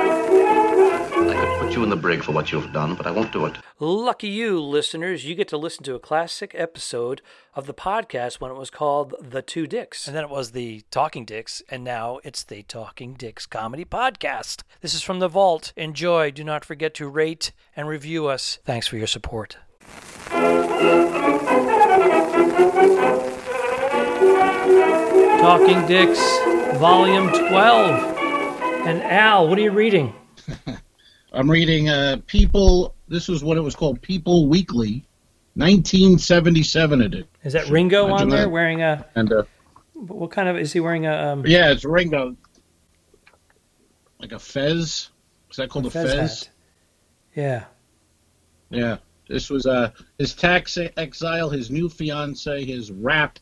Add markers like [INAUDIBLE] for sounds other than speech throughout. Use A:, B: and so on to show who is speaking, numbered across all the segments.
A: I could put you in the brig for what you've done, but I won't do it.
B: Lucky you, listeners. You get to listen to a classic episode of the podcast when it was called The Two Dicks.
C: And then it was the Talking Dicks, and now it's the Talking Dicks Comedy Podcast. This is from the vault. Enjoy. Do not forget to rate and review us. Thanks for your support. Talking Dicks, Volume 12. And Al, what are you reading?
D: I'm reading uh, People. This was what it was called, People Weekly, 1977 edit.
B: Is that Ringo
D: Imagine
B: on there
D: that.
B: wearing a.
D: And uh,
B: What kind of. Is he wearing a. Um,
D: yeah, it's Ringo, like a fez. Is that called a,
B: fez
D: fez?
B: hat? Yeah.
D: Yeah. This was uh, his tax exile, his new fiance, his rap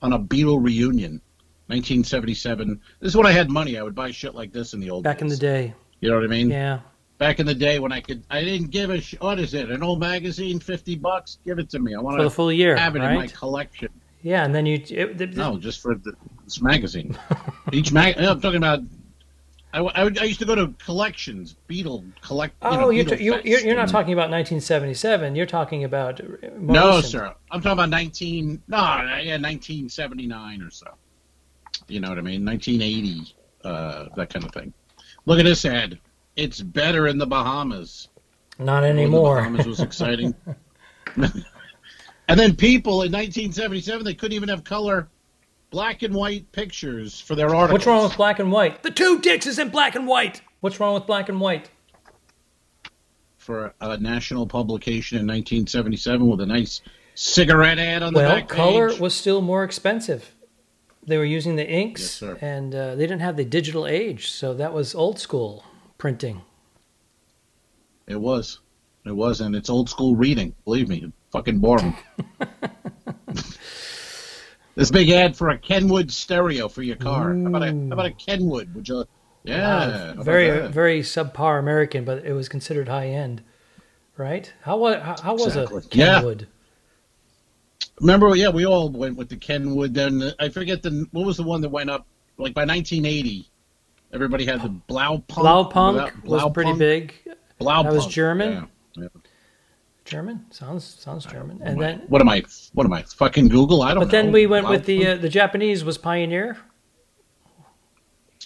D: on a Beatle reunion, 1977. This is when I had money. I would buy shit like this in the old
B: Back in the
D: days.
B: day.
D: You know what I mean?
B: Yeah.
D: Back in the day when I could, I didn't give a sh- what is it? An old magazine, fifty bucks? Give it to me. I want
B: For the
D: to
B: full year.
D: have it in my
B: Right?
D: collection.
B: Yeah, and then you. It, it-
D: No, just for the, this magazine. [LAUGHS] Each mag. no, I'm talking about. I, w- I would- I used to go to collections, Beetle collect. You
B: Oh,
D: know,
B: you're,
D: Beatle
B: t- you're,
D: Fest
B: you're, you're not
D: and-
B: talking about 1977. You're talking about. uh, more
D: No,
B: recent.
D: sir. I'm talking about 19. No, yeah, 1979 or so. You know what I mean? 1980, uh, that kind of thing. Look at this ad. It's better in the Bahamas.
B: Not
D: The
B: anymore.
D: Bahamas
B: [LAUGHS]
D: was exciting. and then people in 1977, they couldn't even have color, black and white pictures for their articles.
B: What's wrong with black and white? The two dicks is in black and white. What's wrong with black and white?
D: for a national publication in 1977 with a nice cigarette ad on the
B: Well,
D: back
B: color
D: page.
B: was still more expensive. They were using the inks,
D: Yes, sir.
B: and uh, they didn't have the digital age, so that was old school printing.
D: It was. It was, and it's old school reading. Believe me, it's fucking
B: [LAUGHS]
D: boring. [LAUGHS] this big ad for a Kenwood stereo for your car. How about a how about a Kenwood? Would you? Yeah, how about
B: very,
D: that?
B: very subpar American, but it was considered high end, right? How was how, how was
D: Exactly.
B: a
D: Yeah.
B: Kenwood?
D: Remember? Yeah, we all went with the Kenwood. Then I forget the what was the one that went up like by 1980. Everybody had the Blaupunk.
B: Blaupunk was
D: Blaupunk-
B: pretty big.
D: Blaupunk.
B: That was German?
D: yeah, yeah.
B: German sounds sounds German, and then
D: What am I? What am I? Fucking Google? I don't know.
B: But then we went with
D: Blaupunk?
B: the uh, the Japanese was Pioneer. uh,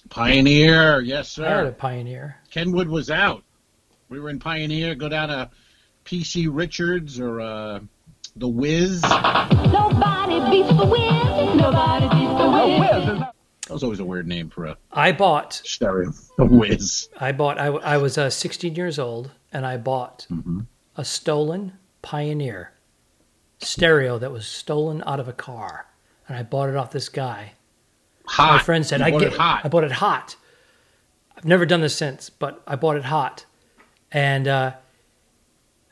D: Pioneer. Yes, sir.
B: I had a Pioneer.
D: Kenwood was out. We were in Pioneer. Go down to PC Richards or uh, the Wiz. That
E: Nobody beats the wind. Nobody beats the wind.
D: was always a weird name for a
B: I bought
D: stereo. The Wiz.
B: I bought I, w- I was uh, 16 years old and I bought
D: Mm-hmm.
B: a stolen Pioneer stereo that was stolen out of a car and I bought it off this guy.
D: Hot.
B: My friend said
D: You
B: I
D: bought
B: get
D: it hot.
B: I bought it hot. I've never done this since, but I bought it hot, and uh,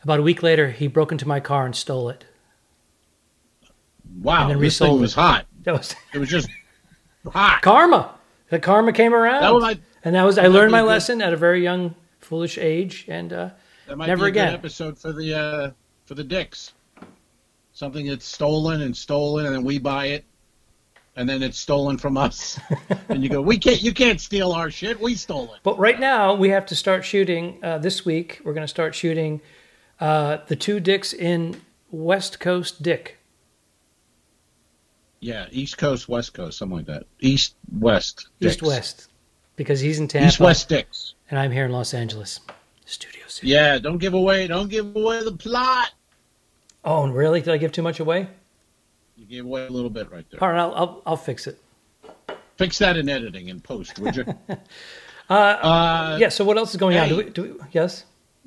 B: about a week later he broke into my car and stole it.
D: wow,
B: and then
D: this thing
B: resold
D: was
B: it.
D: hot.
B: That was [LAUGHS]
D: It was just hot.
B: karma. The karma came around.
D: That was my-
B: and that was I learned
D: be
B: my
D: a good-
B: lesson at a very young, foolish age, and uh,
D: That might
B: Never
D: be a
B: again.
D: Good episode for the uh, for the dicks. Something that's stolen and stolen, and then we buy it, and then it's stolen from us.
B: [LAUGHS]
D: and you go, we can't, you can't steal our shit. We stole it.
B: But right now, we have to start shooting. Uh, this week, we're going to start shooting uh, the two dicks in West Coast Dick.
D: Yeah, East Coast, West Coast, something like that. East West.
B: East
D: dicks.
B: West. Because he's in Tampa.
D: East West dicks.
B: And I'm here in Los Angeles. Studio City.
D: Yeah, don't give away, don't give away the plot.
B: Oh, and really? Did I give too much away?
D: You gave away a little bit right there.
B: All right, I'll, I'll, I'll fix it.
D: Fix that in editing and post,
B: [LAUGHS]
D: would you?
B: Uh, yeah, so what else is going on? Do
D: hey.
B: we, do we, yes?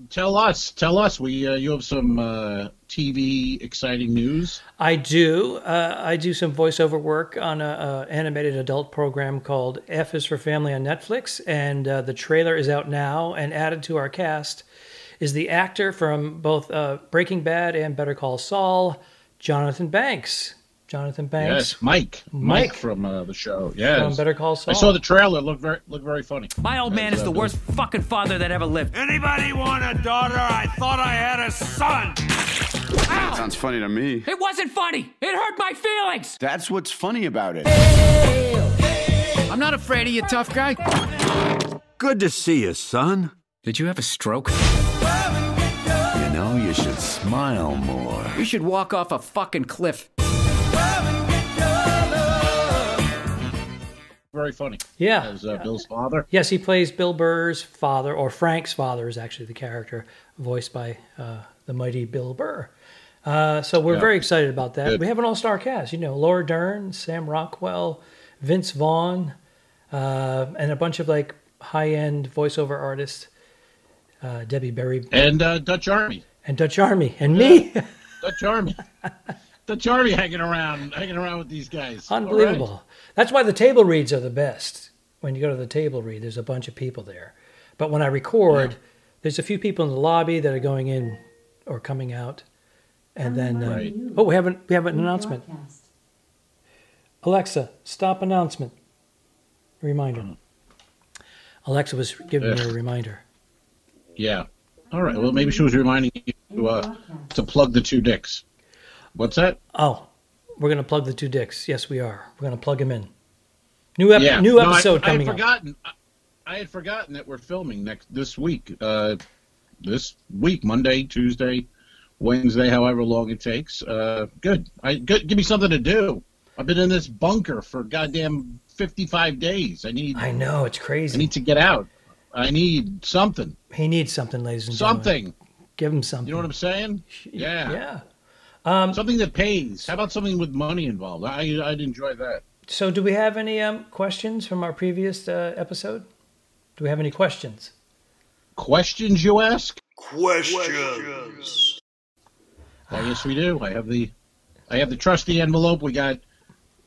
D: tell us, tell us. We, uh, you have some uh, TV exciting news.
B: I do. Uh, I do some voiceover work on a, a animated adult program called F is for Family on Netflix, and uh, the trailer is out now. And added to our cast is the actor from both uh, Breaking Bad and Better Call Saul, Jonathan Banks. Jonathan Banks
D: Yes, Mike. Mike,
B: Mike.
D: from uh, the show. Yes.
B: from Better Call Saul.
D: I saw the trailer. Looked very, looked very funny.
F: My old man is the worst fucking father that ever lived.
G: Anybody want a daughter? I thought I had a son.
F: Sounds funny to me.
G: It wasn't funny. It hurt my feelings.
F: That's what's funny about it.
G: I'm not afraid of you, tough guy.
H: Good to see you, son.
G: Did you have a stroke?
H: You know, you should smile more.
G: You should walk off a fucking cliff.
D: Very funny.
B: Yeah.
D: As uh, Bill's father.
B: Yes, he plays Bill Burr's father, or Frank's father is actually the character, voiced by uh, the mighty Bill Burr. Uh, so we're very excited about that.
D: Good.
B: We have an all-star cast. You know, Laura Dern, Sam Rockwell, Vince Vaughn, uh, and a bunch of like high-end voiceover artists. Uh, Debbie Berry
D: And uh, Dutch Army.
B: and Dutch Army and me.
D: Dutch
B: [LAUGHS]
D: Army. Dutch Army hanging around, hanging around with these guys. All right.
B: Unbelievable. That's why the table reads are the best. When you go to the table read, there's a bunch of people there. But when I record, there's a few people in the lobby that are going in or coming out. And then, uh,
D: Right.
B: oh, we haven't we have an announcement. Alexa, stop announcement. Reminder. Alexa was giving me a
D: Hmm. Ugh.
B: reminder.
D: Yeah. All right. Well, maybe she was reminding you to, uh, to plug the two dicks. What's that?
B: Oh, we're gonna plug the two dicks. Yes, we are. We're gonna plug them in. New ep- new
D: No, I-
B: episode
D: I,
B: coming
D: had
B: up.
D: forgotten. I, I had forgotten that we're filming next this week. Uh, this week, Monday, Tuesday, Wednesday, however long it takes. Uh, good. I good. Give me something to do. I've been in this bunker for goddamn fifty-five days. I need.
B: I know it's
D: I
B: crazy.
D: need to get out. I need something.
B: he needs something, ladies and gentlemen.
D: Something.
B: Give him something.
D: You know what I'm saying? Yeah.
B: Yeah.
D: Something that pays. How about something with money involved? I I'd enjoy that.
B: So, do we have any um, questions from our previous uh, episode? Do we have any questions?
D: Questions you ask? Questions. Oh, yes, we do. I have the, I have the trusty envelope. We got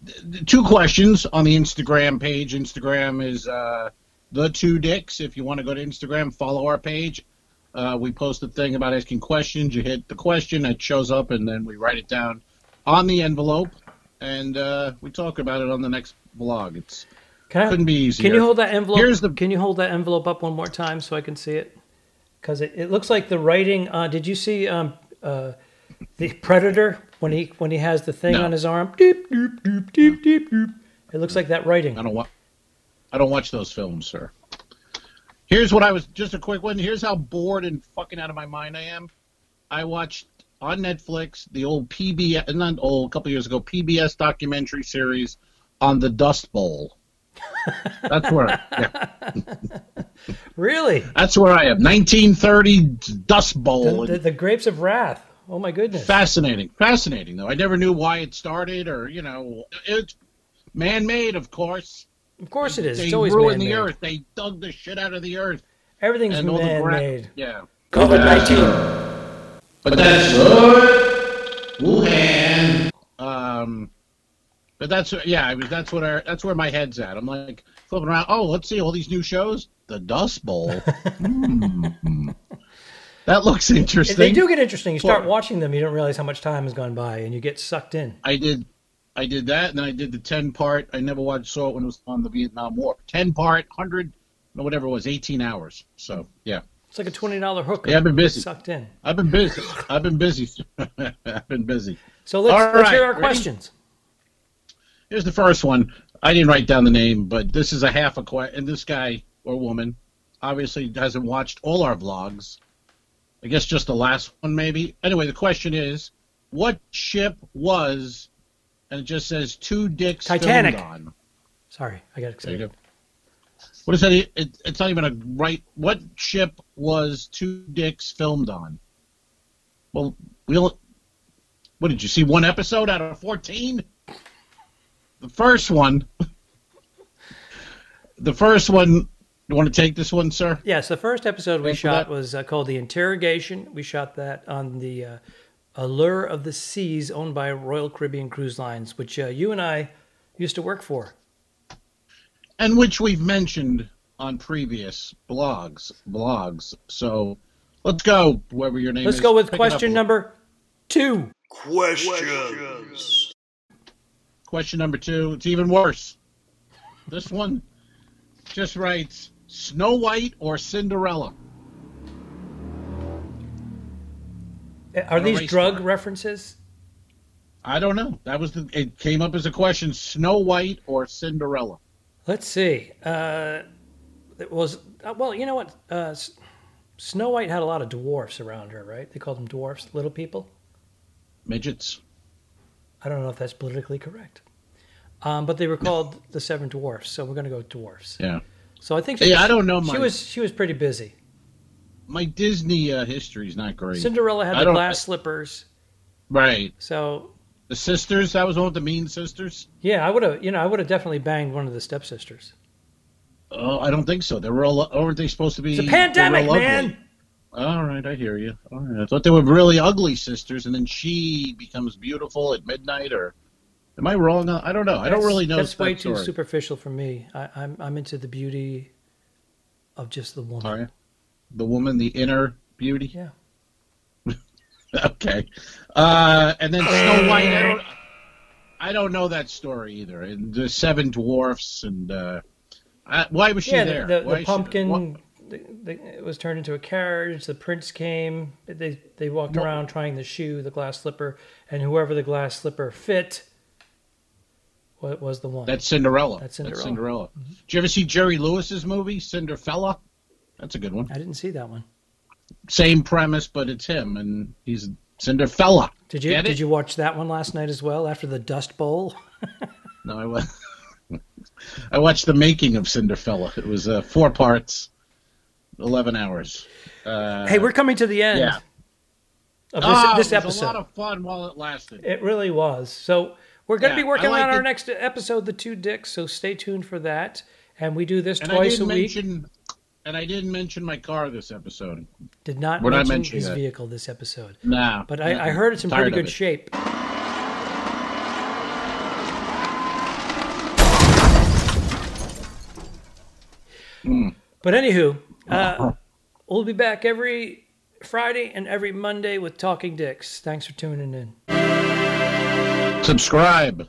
D: th- th- two questions on the Instagram page. Instagram is uh, the two dicks. If you want to go to Instagram, follow our page. Uh, we post a thing about asking questions. You hit the question, it shows up, and then we write it down on the envelope, and uh, we talk about it on the next blog. It's
B: Can I,
D: Couldn't be
B: Can
D: easier.
B: you hold that envelope?
D: Here's the-
B: Can you hold that envelope up one more time so I can see it? Because it, it looks like the writing. Uh, did you see um, uh, the Predator when he when he has the thing
D: No.
B: on his arm? Deep, deep, deep, deep, deep, deep. It looks like that writing.
D: I don't watch. I don't watch those films, sir. Here's what I was just a quick one. Here's how bored and fucking out of my mind I am. I watched on Netflix the old PBS, not old, a couple years ago, PBS documentary series on the Dust
B: [LAUGHS]
D: Bowl. That's where, yeah,
B: Really?
D: that's where I am. 1930 Dust Bowl.
B: The, the, the Grapes of Wrath. Oh my goodness.
D: fascinating, fascinating though. I never knew why it started, or you know, it's man-made, of course.
B: Of course it is.
D: They
B: It's always
D: ruined
B: man-made.
D: the earth. They dug the shit out of the earth.
B: Everything's
D: and all the gra-
B: man-made.
D: Yeah.
C: COVID 19.
D: But that's good. Wuhan. Um, but that's yeah. I was that's what our that's where my head's at. I'm like flipping around. Oh, let's see all these new shows. The Dust
B: [LAUGHS]
D: Bowl. Hmm. That looks interesting.
B: They do get interesting. You start
D: Well-
B: watching them, you don't realize how much time has gone by, and you get sucked in.
D: I did. I did that, and I did the ten part. I never watched saw it when it was on the Vietnam War. Ten part, hundred, no, whatever it was, eighteen hours. So yeah,
B: It's like a twenty dollar hookup.
D: Yeah, I've been busy.
B: Sucked in.
D: I've been busy. I've been busy. [LAUGHS] I've been busy.
B: So let's,
D: All
B: let's hear
D: right,
B: our
D: ready?
B: questions.
D: Here's the first one. I didn't write down the name, but this is a half a question. And this guy or woman obviously hasn't watched all our vlogs. I guess just the last one, maybe. Anyway, the question is, what ship was? And it just says two dicks filmed
B: Titanic.
D: on.
B: Sorry, I got
D: There
B: excited.
D: you go. What is that? It, it's not even a right. What ship was two dicks filmed on? Well, we all. What did you see? One episode out of fourteen. The first one. The first one. You want to take this one, sir?
B: Yes, the first episode we
D: Thanks for
B: shot
D: that.
B: was uh, called The Interrogation. We shot that on the uh, Allure of the Seas, owned by Royal Caribbean Cruise Lines, which uh, you and I used to work for.
D: and which we've mentioned on previous blogs. Blogs. So, let's go. Whoever your name
B: Let's
D: is.
B: go with
D: Pick it up.
B: question number two.
D: Question number two. It's even worse. This one just writes Snow White or Cinderella?
B: Are these
D: race
B: drug
D: car.
B: references?
D: I don't know. That was the, it came up as a question: Snow White or Cinderella?
B: Let's see. Uh, it was uh, well, you know what? Uh, S- Snow White had a lot of dwarfs around her, right? They called them dwarfs, little people.
D: Midgets.
B: I don't know if that's politically correct, um, but they were called the Seven Dwarfs. So we're going to go with dwarfs.
D: Yeah.
B: So I think
D: Yeah, I don't know
B: She
D: my-
B: was she was pretty busy.
D: My Disney uh, history is not great.
B: Cinderella had
D: I
B: the
D: don't-
B: glass slippers.
D: right.
B: So
D: The sisters. That was one with the mean sisters.
B: yeah, I would have you know I would have definitely banged one of the stepsisters.
D: Oh, I don't think so. They were all. Aren't they supposed to be?
B: It's a pandemic,
D: they were all
B: man.
D: ugly. All right, I hear you. All right. I thought they were really ugly sisters, and then she becomes beautiful at midnight. Or am I wrong? on- I don't know. I don't
B: That's-
D: really know.
B: That's
D: that
B: way too
D: story.
B: superficial for me. I, I'm I'm into the beauty of just the woman.
D: Are you? The woman, the inner beauty.
B: Yeah.
D: [LAUGHS] okay. Uh, and then Snow White. I don't, I don't know that story either. And the Seven Dwarfs and uh, I, why was she
B: yeah,
D: there?
B: the, the,
D: Why
B: the
D: is she- why-
B: pumpkin the, the, it was turned into a carriage. The prince came. They they walked around trying the shoe, the glass slipper, and whoever the glass slipper fit was, was the one.
D: That's Cinderella.
B: That's Cinderella. Mm-hmm.
D: Did you ever see Jerry Lewis's movie Cinderfella? That's a good one.
B: I didn't see that one.
D: Same premise, but it's him, and he's Cinderfella.
B: Did you
D: Get
B: did
D: it?
B: you watch that one last night as well after the Dust Bowl?
D: No, I wa- [LAUGHS] I watched the making of Cinderfella. It was uh, four parts, eleven hours. Uh,
B: hey, we're coming to the end
D: yeah.
B: of this,
D: ah,
B: this
D: it was
B: episode.
D: a lot of fun while it lasted.
B: It really was. So we're going to
D: Yeah,
B: be working
D: I like
B: on our
D: it.
B: next episode, the two dicks. So stay tuned for that. And we do this
D: and I
B: twice
D: didn't
B: a week.
D: mention, and I didn't mention my car this episode.
B: Did not
D: we're not
B: mention
D: mentioning
B: his
D: that.
B: vehicle this episode,
D: Nah,
B: but I, I
D: uh-uh.
B: heard it's in
D: Tired
B: pretty
D: of
B: good
D: it.
B: shape. But anywho, uh, we'll be back every Friday and every Monday with Talking Dicks. Thanks for tuning in.
D: Subscribe.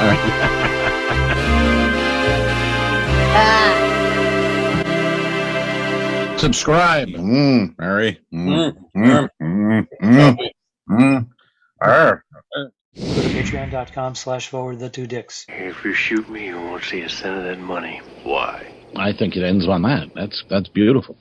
D: right. Subscribe. Mm, Mary. Mm, mm, mm, mm, mm. Arr.
C: Patreon.com slash forward The Two Dicks.
I: If you shoot me, you won't see a cent of that money. Why?
D: I think it ends on that. That's that's beautiful.